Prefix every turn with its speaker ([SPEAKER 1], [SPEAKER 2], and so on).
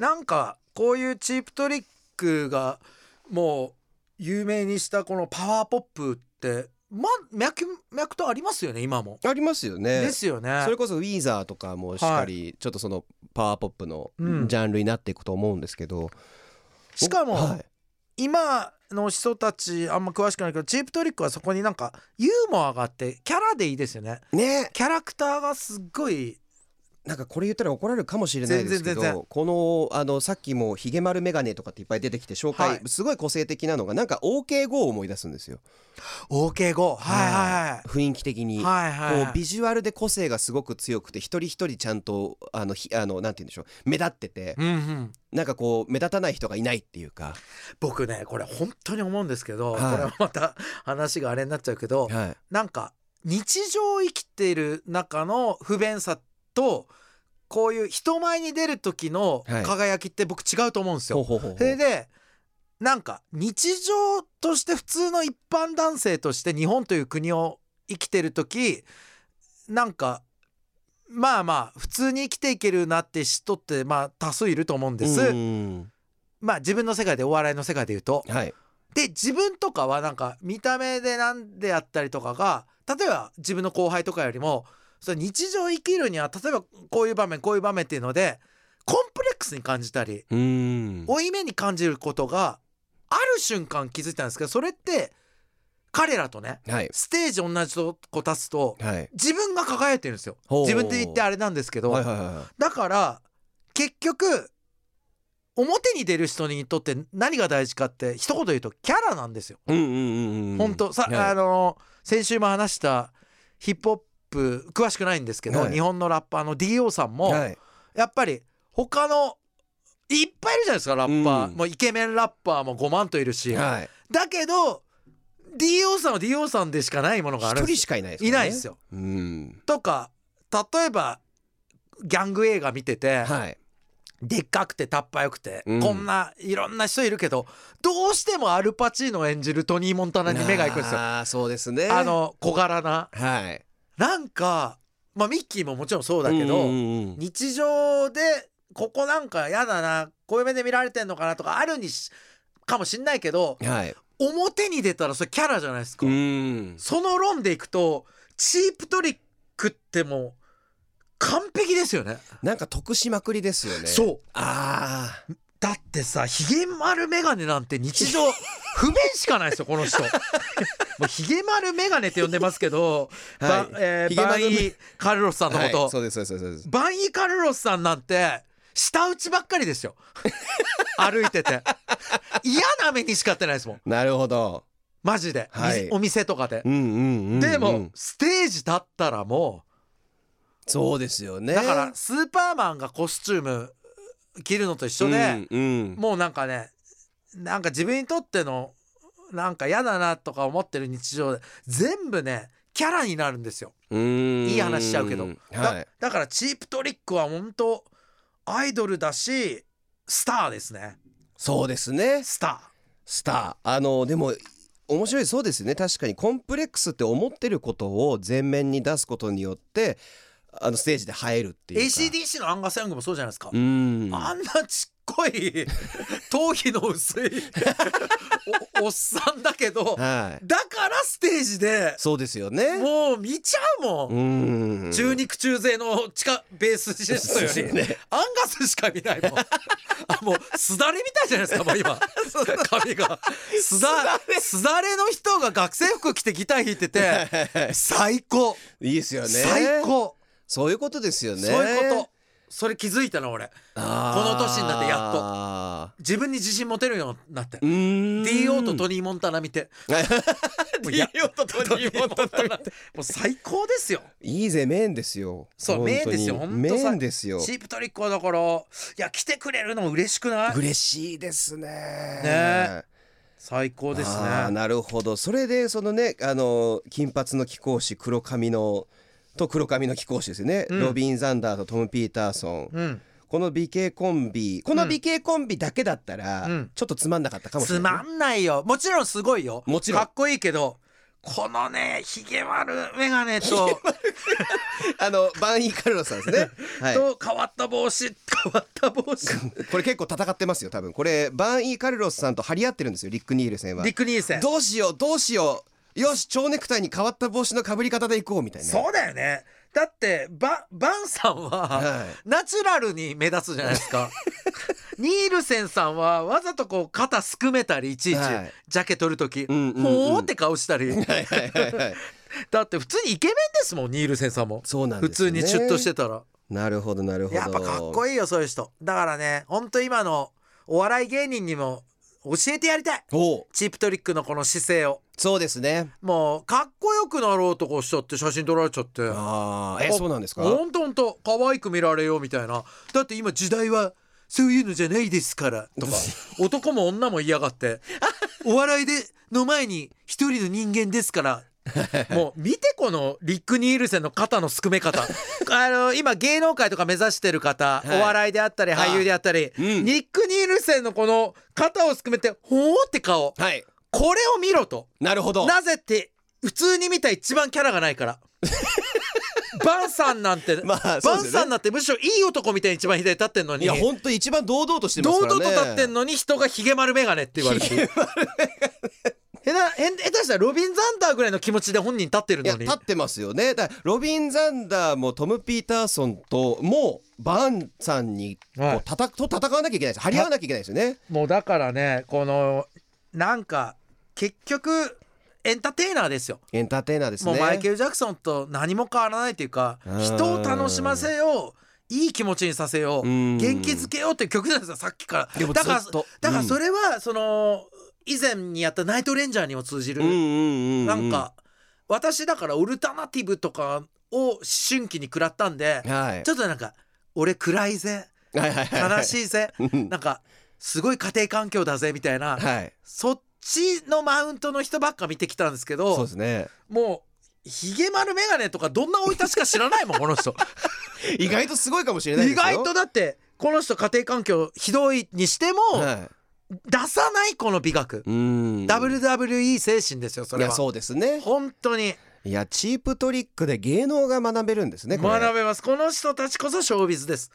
[SPEAKER 1] なんかこういうチープトリックがもう有名にしたこのパワーポップってま脈々とありますよね今も。
[SPEAKER 2] ありますよね
[SPEAKER 1] ですよね
[SPEAKER 2] それ。こそウィーザーとかもしっかりちょっとそのパワーポップのジャンルになっていくと思うんですけど、
[SPEAKER 1] し
[SPEAKER 2] は
[SPEAKER 1] かも
[SPEAKER 2] い
[SPEAKER 1] 今の人たちあんま詳しくないけどチープトリックはそこになんかユーモアがあってキャラでいいですよね。
[SPEAKER 2] ね
[SPEAKER 1] キャラクターがすっごい
[SPEAKER 2] なんかこれ言ったら怒られるかもしれないですけ
[SPEAKER 1] 全然全然
[SPEAKER 2] どこのあのさっきもひげ丸メガネとかっていっぱい出てきて紹介、
[SPEAKER 1] はい
[SPEAKER 2] すごい個性的なのがなんか OK 語を思い出すんですよ
[SPEAKER 1] OK 語はい
[SPEAKER 2] 雰囲気的に、
[SPEAKER 1] はいはいはい
[SPEAKER 2] こ
[SPEAKER 1] は
[SPEAKER 2] う
[SPEAKER 1] い
[SPEAKER 2] ビジュアルで個性がすごく強くて一人一人ちゃんとあのひあのなんて言うんでしょう目立ってて、
[SPEAKER 1] うんうん。
[SPEAKER 2] なんかこう目立たない人がいないっていうか、
[SPEAKER 1] 僕ねこれ本当に思うんですけど、
[SPEAKER 2] はい
[SPEAKER 1] これはまた話があれになっちゃうけど、
[SPEAKER 2] はい、
[SPEAKER 1] なんか日常生きてる中の不便さとこういう人前に出る時の
[SPEAKER 2] はい
[SPEAKER 1] 輝きって僕違うと思うんですよ。
[SPEAKER 2] ほうほうほうほう
[SPEAKER 1] それでなんか日常として普通の一般男性として日本という国を生きてる時なんかまあまあ普通に生きていけるなって人ってまあ多数いると思うんです。
[SPEAKER 2] うん
[SPEAKER 1] まあ自分の世界でお笑いの世界で言うと。
[SPEAKER 2] はい
[SPEAKER 1] で自分とかはなんか見た目でなんであったりとかが例えば自分の後輩とかよりもその日常生きるには例えばこういう場面こういう場面っていうのでコンプレックスに感じたり
[SPEAKER 2] うん
[SPEAKER 1] 負い目に感じることがある瞬間気づいたんですけどそれって彼らとね
[SPEAKER 2] はい
[SPEAKER 1] ステージ同じとこ立つと
[SPEAKER 2] はい
[SPEAKER 1] 自分が輝いてるんですよ
[SPEAKER 2] ほう
[SPEAKER 1] 自分って言ってあれなんですけど、
[SPEAKER 2] はいはいはいは
[SPEAKER 1] だから結局表に出る人にとって何が大事かって一言言うとキャラなんですよ。
[SPEAKER 2] いうんうんうんうん
[SPEAKER 1] 本当さ、
[SPEAKER 2] はい
[SPEAKER 1] あの先週も話したヒップホップ詳しくないんですけど、
[SPEAKER 2] はい
[SPEAKER 1] 日本のラッパーの D.O. さんも、
[SPEAKER 2] はい
[SPEAKER 1] やっぱり他のいっぱいいるじゃないですかラッパー、
[SPEAKER 2] うん
[SPEAKER 1] もうイケメンラッパーも5万といるし、
[SPEAKER 2] はい
[SPEAKER 1] だけど D.O. さんは D.O. さんでしかないものがある
[SPEAKER 2] 一
[SPEAKER 1] んで
[SPEAKER 2] 人
[SPEAKER 1] す
[SPEAKER 2] しかいないです
[SPEAKER 1] いないです
[SPEAKER 2] よ
[SPEAKER 1] よ。
[SPEAKER 2] うん
[SPEAKER 1] とか例えばギャング映画見てて、
[SPEAKER 2] はい
[SPEAKER 1] でっかくてタッパよくて、
[SPEAKER 2] うん
[SPEAKER 1] こんないろんな人いるけどどうしてもアルパチーノ演じるトニー・モンタナに目が行くんですよ。
[SPEAKER 2] ああそうですね
[SPEAKER 1] あの小柄な
[SPEAKER 2] はい
[SPEAKER 1] なんか、まあ、ミッキーももちろんそうだけど、
[SPEAKER 2] うんうんうん
[SPEAKER 1] 日常でここなんかやだなこういう目で見られてんのかなとかあるにしかもしんないけど
[SPEAKER 2] はい
[SPEAKER 1] 表に出たらそれキャラじゃないですか。
[SPEAKER 2] ん
[SPEAKER 1] その論でいくとチープトリックってもう完璧ですよね。
[SPEAKER 2] なんか得しまくりですよねう
[SPEAKER 1] そう
[SPEAKER 2] ああ
[SPEAKER 1] だってさひげ丸メガネなんて日常不便しかないですよこ の人もうひげ丸メガネって呼んでますけど、
[SPEAKER 2] はい
[SPEAKER 1] ばえー
[SPEAKER 2] ひげ
[SPEAKER 1] バ
[SPEAKER 2] 丸
[SPEAKER 1] ンイーカルロスさんのこと、
[SPEAKER 2] はいそうですそうですそうです
[SPEAKER 1] バンイーカルロスさんなんて舌打ちばっか りですよ歩いてて嫌な目にしかってないですもん
[SPEAKER 2] なるほど
[SPEAKER 1] マジで、
[SPEAKER 2] はい
[SPEAKER 1] みお店とかで、
[SPEAKER 2] うんうんうんうん
[SPEAKER 1] でもステージ立ったらも
[SPEAKER 2] そうですよね
[SPEAKER 1] うだからスーパーマンがコスチューム着るのと一緒で、
[SPEAKER 2] うんうん
[SPEAKER 1] もうなんかねなんか自分にとってのなんか嫌だなとか思ってる日常で全部ねキャラになるんですよ、
[SPEAKER 2] い
[SPEAKER 1] いい話しちゃうけど
[SPEAKER 2] は
[SPEAKER 1] だだからチープトリックは本当アイドルだしスターですね
[SPEAKER 2] い、そうですね
[SPEAKER 1] スタ
[SPEAKER 2] スターあのでも面白いそうですね確かにコンプレックスって思ってることを前面に出すことによってあのステージで映えるって
[SPEAKER 1] ー
[SPEAKER 2] いうか
[SPEAKER 1] ACDC のアンガス・ヤングもそうじゃないですか、
[SPEAKER 2] うん
[SPEAKER 1] あんなちっこ い頭皮の薄いおおっさんだけど
[SPEAKER 2] はい
[SPEAKER 1] だからステージで
[SPEAKER 2] そうですよね
[SPEAKER 1] もう見ちゃうもん、
[SPEAKER 2] うん
[SPEAKER 1] 中肉中背の地下ベースシストよ
[SPEAKER 2] そう
[SPEAKER 1] り、
[SPEAKER 2] ですね
[SPEAKER 1] アンガスしか見ないもんあもうすだれみたいじゃないですかもう 今髪がすだすだれの人が学生服着てギター弾いてて最高、
[SPEAKER 2] いいですよね
[SPEAKER 1] 最高、
[SPEAKER 2] そういうことですよね
[SPEAKER 1] そういうことそれ気づいたの俺
[SPEAKER 2] こ
[SPEAKER 1] この年になってやっと
[SPEAKER 2] やっ
[SPEAKER 1] 自分に自信持てるようになって
[SPEAKER 2] とうーん
[SPEAKER 1] D.O. とトニー・モンタナ見 てもうや
[SPEAKER 2] D.O. とトニーモンタナ見て
[SPEAKER 1] もう最高ですよ
[SPEAKER 2] いいぜ面ですよ
[SPEAKER 1] そう
[SPEAKER 2] 本当に
[SPEAKER 1] 面ですよ本当さ
[SPEAKER 2] 面ですよ
[SPEAKER 1] チープトリックはだからいや来てくれるの嬉しくない
[SPEAKER 2] 嬉しいですね
[SPEAKER 1] ね最高です
[SPEAKER 2] あー
[SPEAKER 1] ね。
[SPEAKER 2] なるほどそれでそのねあの金髪の貴公子黒髪のと黒髪の貴公子ですよね、
[SPEAKER 1] うん
[SPEAKER 2] ロビン・ザンダーとトム・ピーターソン、
[SPEAKER 1] うん、
[SPEAKER 2] この美形コンビこ
[SPEAKER 1] う
[SPEAKER 2] の
[SPEAKER 1] ん
[SPEAKER 2] 美形コンビだけだったら、
[SPEAKER 1] うん
[SPEAKER 2] ちょっとつまんなかったかもし
[SPEAKER 1] つ
[SPEAKER 2] れない、
[SPEAKER 1] まんないよもちろんすごいよ
[SPEAKER 2] もちろん
[SPEAKER 1] かっこいいけどこのねひげ丸眼鏡と
[SPEAKER 2] あのバンイーカルロスさんです ね。 はい。
[SPEAKER 1] と変わった帽子変わった帽子
[SPEAKER 2] これ結構戦ってますよ多分これバンイーカルロスさんと張り合ってるんですよリック・ニールセンは
[SPEAKER 1] リック・ニールセン
[SPEAKER 2] どうしようどうしようよし蝶ネクタイに変わった帽子のかぶり方でいこうみたいな
[SPEAKER 1] そうだよねだってババンさんは
[SPEAKER 2] は
[SPEAKER 1] ナチュラルに目立つじゃないです かニールセンさんはわざとこう肩すくめたりいちいち、
[SPEAKER 2] はい
[SPEAKER 1] ジャケ取る時、
[SPEAKER 2] うんうんうん
[SPEAKER 1] ほーって顔したり
[SPEAKER 2] い、はいはいはい はい
[SPEAKER 1] だって普通にイケメンですもんニールセンさんも、
[SPEAKER 2] そうなん
[SPEAKER 1] 普
[SPEAKER 2] ですよ
[SPEAKER 1] 通
[SPEAKER 2] ね
[SPEAKER 1] にシュッとしてたら
[SPEAKER 2] なるほどなるほど
[SPEAKER 1] やっぱかっこ
[SPEAKER 2] いい
[SPEAKER 1] いいよそういう人だからねほんと今のお笑い芸人にも教えてやりたい
[SPEAKER 2] おう
[SPEAKER 1] チープトリックのこの姿勢を
[SPEAKER 2] そうですね
[SPEAKER 1] もうかっこよくなろうとこうしちゃって写真撮られちゃって
[SPEAKER 2] ああえ
[SPEAKER 1] あ
[SPEAKER 2] そうなんですか
[SPEAKER 1] ほんとほんと可愛く見られようみたいなだって今時代はそういうのじゃないですから とか男も女も嫌がってお笑いでの前に一人の人間で すからもう見てこのリック・ニールセンの肩のすく め方あの今芸能界とか目指してる
[SPEAKER 2] は
[SPEAKER 1] 方、
[SPEAKER 2] い
[SPEAKER 1] お笑いであったり俳優であったり、
[SPEAKER 2] うん
[SPEAKER 1] ニック・ニールセンのこの肩をすくめてほーって顔
[SPEAKER 2] はい
[SPEAKER 1] これを見ろと
[SPEAKER 2] なるほど
[SPEAKER 1] なぜって普通に見た一番キャラがないから バンさんなんて、
[SPEAKER 2] まあそうで
[SPEAKER 1] バン
[SPEAKER 2] すよね
[SPEAKER 1] さんなんてむしろいい男みたいに一番左立ってんのに
[SPEAKER 2] いや本当一番堂々としてます
[SPEAKER 1] 堂
[SPEAKER 2] か
[SPEAKER 1] 々
[SPEAKER 2] ら
[SPEAKER 1] と
[SPEAKER 2] ね
[SPEAKER 1] 立ってんのに人がヒゲ丸眼鏡って言われてる下手下手下手したらロビン・ザンダーぐらいの気持ちで本人立ってる
[SPEAKER 2] い
[SPEAKER 1] の
[SPEAKER 2] や
[SPEAKER 1] に
[SPEAKER 2] 立ってますよねだからロビン・ザンダーもトム・ピーターソンともうバーンさんにこ
[SPEAKER 1] は
[SPEAKER 2] う
[SPEAKER 1] い
[SPEAKER 2] たたと戦わなきゃいけないです張り合わなきゃいけないですよね
[SPEAKER 1] もうだからねこのなんか結局エンターテイナーですよ
[SPEAKER 2] エンターテイナーですね
[SPEAKER 1] もうマイケル・ジャクソンと何も変わらないというか
[SPEAKER 2] うん
[SPEAKER 1] 人を楽しませよういい気持ちにさせよう
[SPEAKER 2] うん
[SPEAKER 1] 元気づけようっていう曲なんですよさっきから
[SPEAKER 2] でも
[SPEAKER 1] だから
[SPEAKER 2] ずっと
[SPEAKER 1] だから
[SPEAKER 2] うん
[SPEAKER 1] それはその以前にやった「ナイトレンジャー」にも通じ
[SPEAKER 2] うんうん
[SPEAKER 1] る
[SPEAKER 2] うんうん
[SPEAKER 1] なんか私だからオルタナティブとかを思春期に食らったんで
[SPEAKER 2] はい
[SPEAKER 1] ちょっとなんか俺暗いぜ
[SPEAKER 2] はいはいはいはい
[SPEAKER 1] 悲しいぜ
[SPEAKER 2] うん
[SPEAKER 1] なんかすごい家庭環境だぜみたいな
[SPEAKER 2] はい
[SPEAKER 1] そっちのマウントの人ばっか見てきたんですけど
[SPEAKER 2] そうですね
[SPEAKER 1] もうひげ丸眼鏡とかどんな生い立ちか知らないもんこの 人
[SPEAKER 2] 意外とすごいかもしれないで
[SPEAKER 1] 意
[SPEAKER 2] すよ
[SPEAKER 1] 外とだってこの人家庭環境ひどいにしても
[SPEAKER 2] は
[SPEAKER 1] 出さないこの美学
[SPEAKER 2] い、うん
[SPEAKER 1] WWE 精神ですよそ
[SPEAKER 2] い
[SPEAKER 1] れ
[SPEAKER 2] や
[SPEAKER 1] は
[SPEAKER 2] そうですね
[SPEAKER 1] 本当に
[SPEAKER 2] いやチープトリックで芸能が学べるんですねこれ
[SPEAKER 1] 学べますこの人たちこそショービズです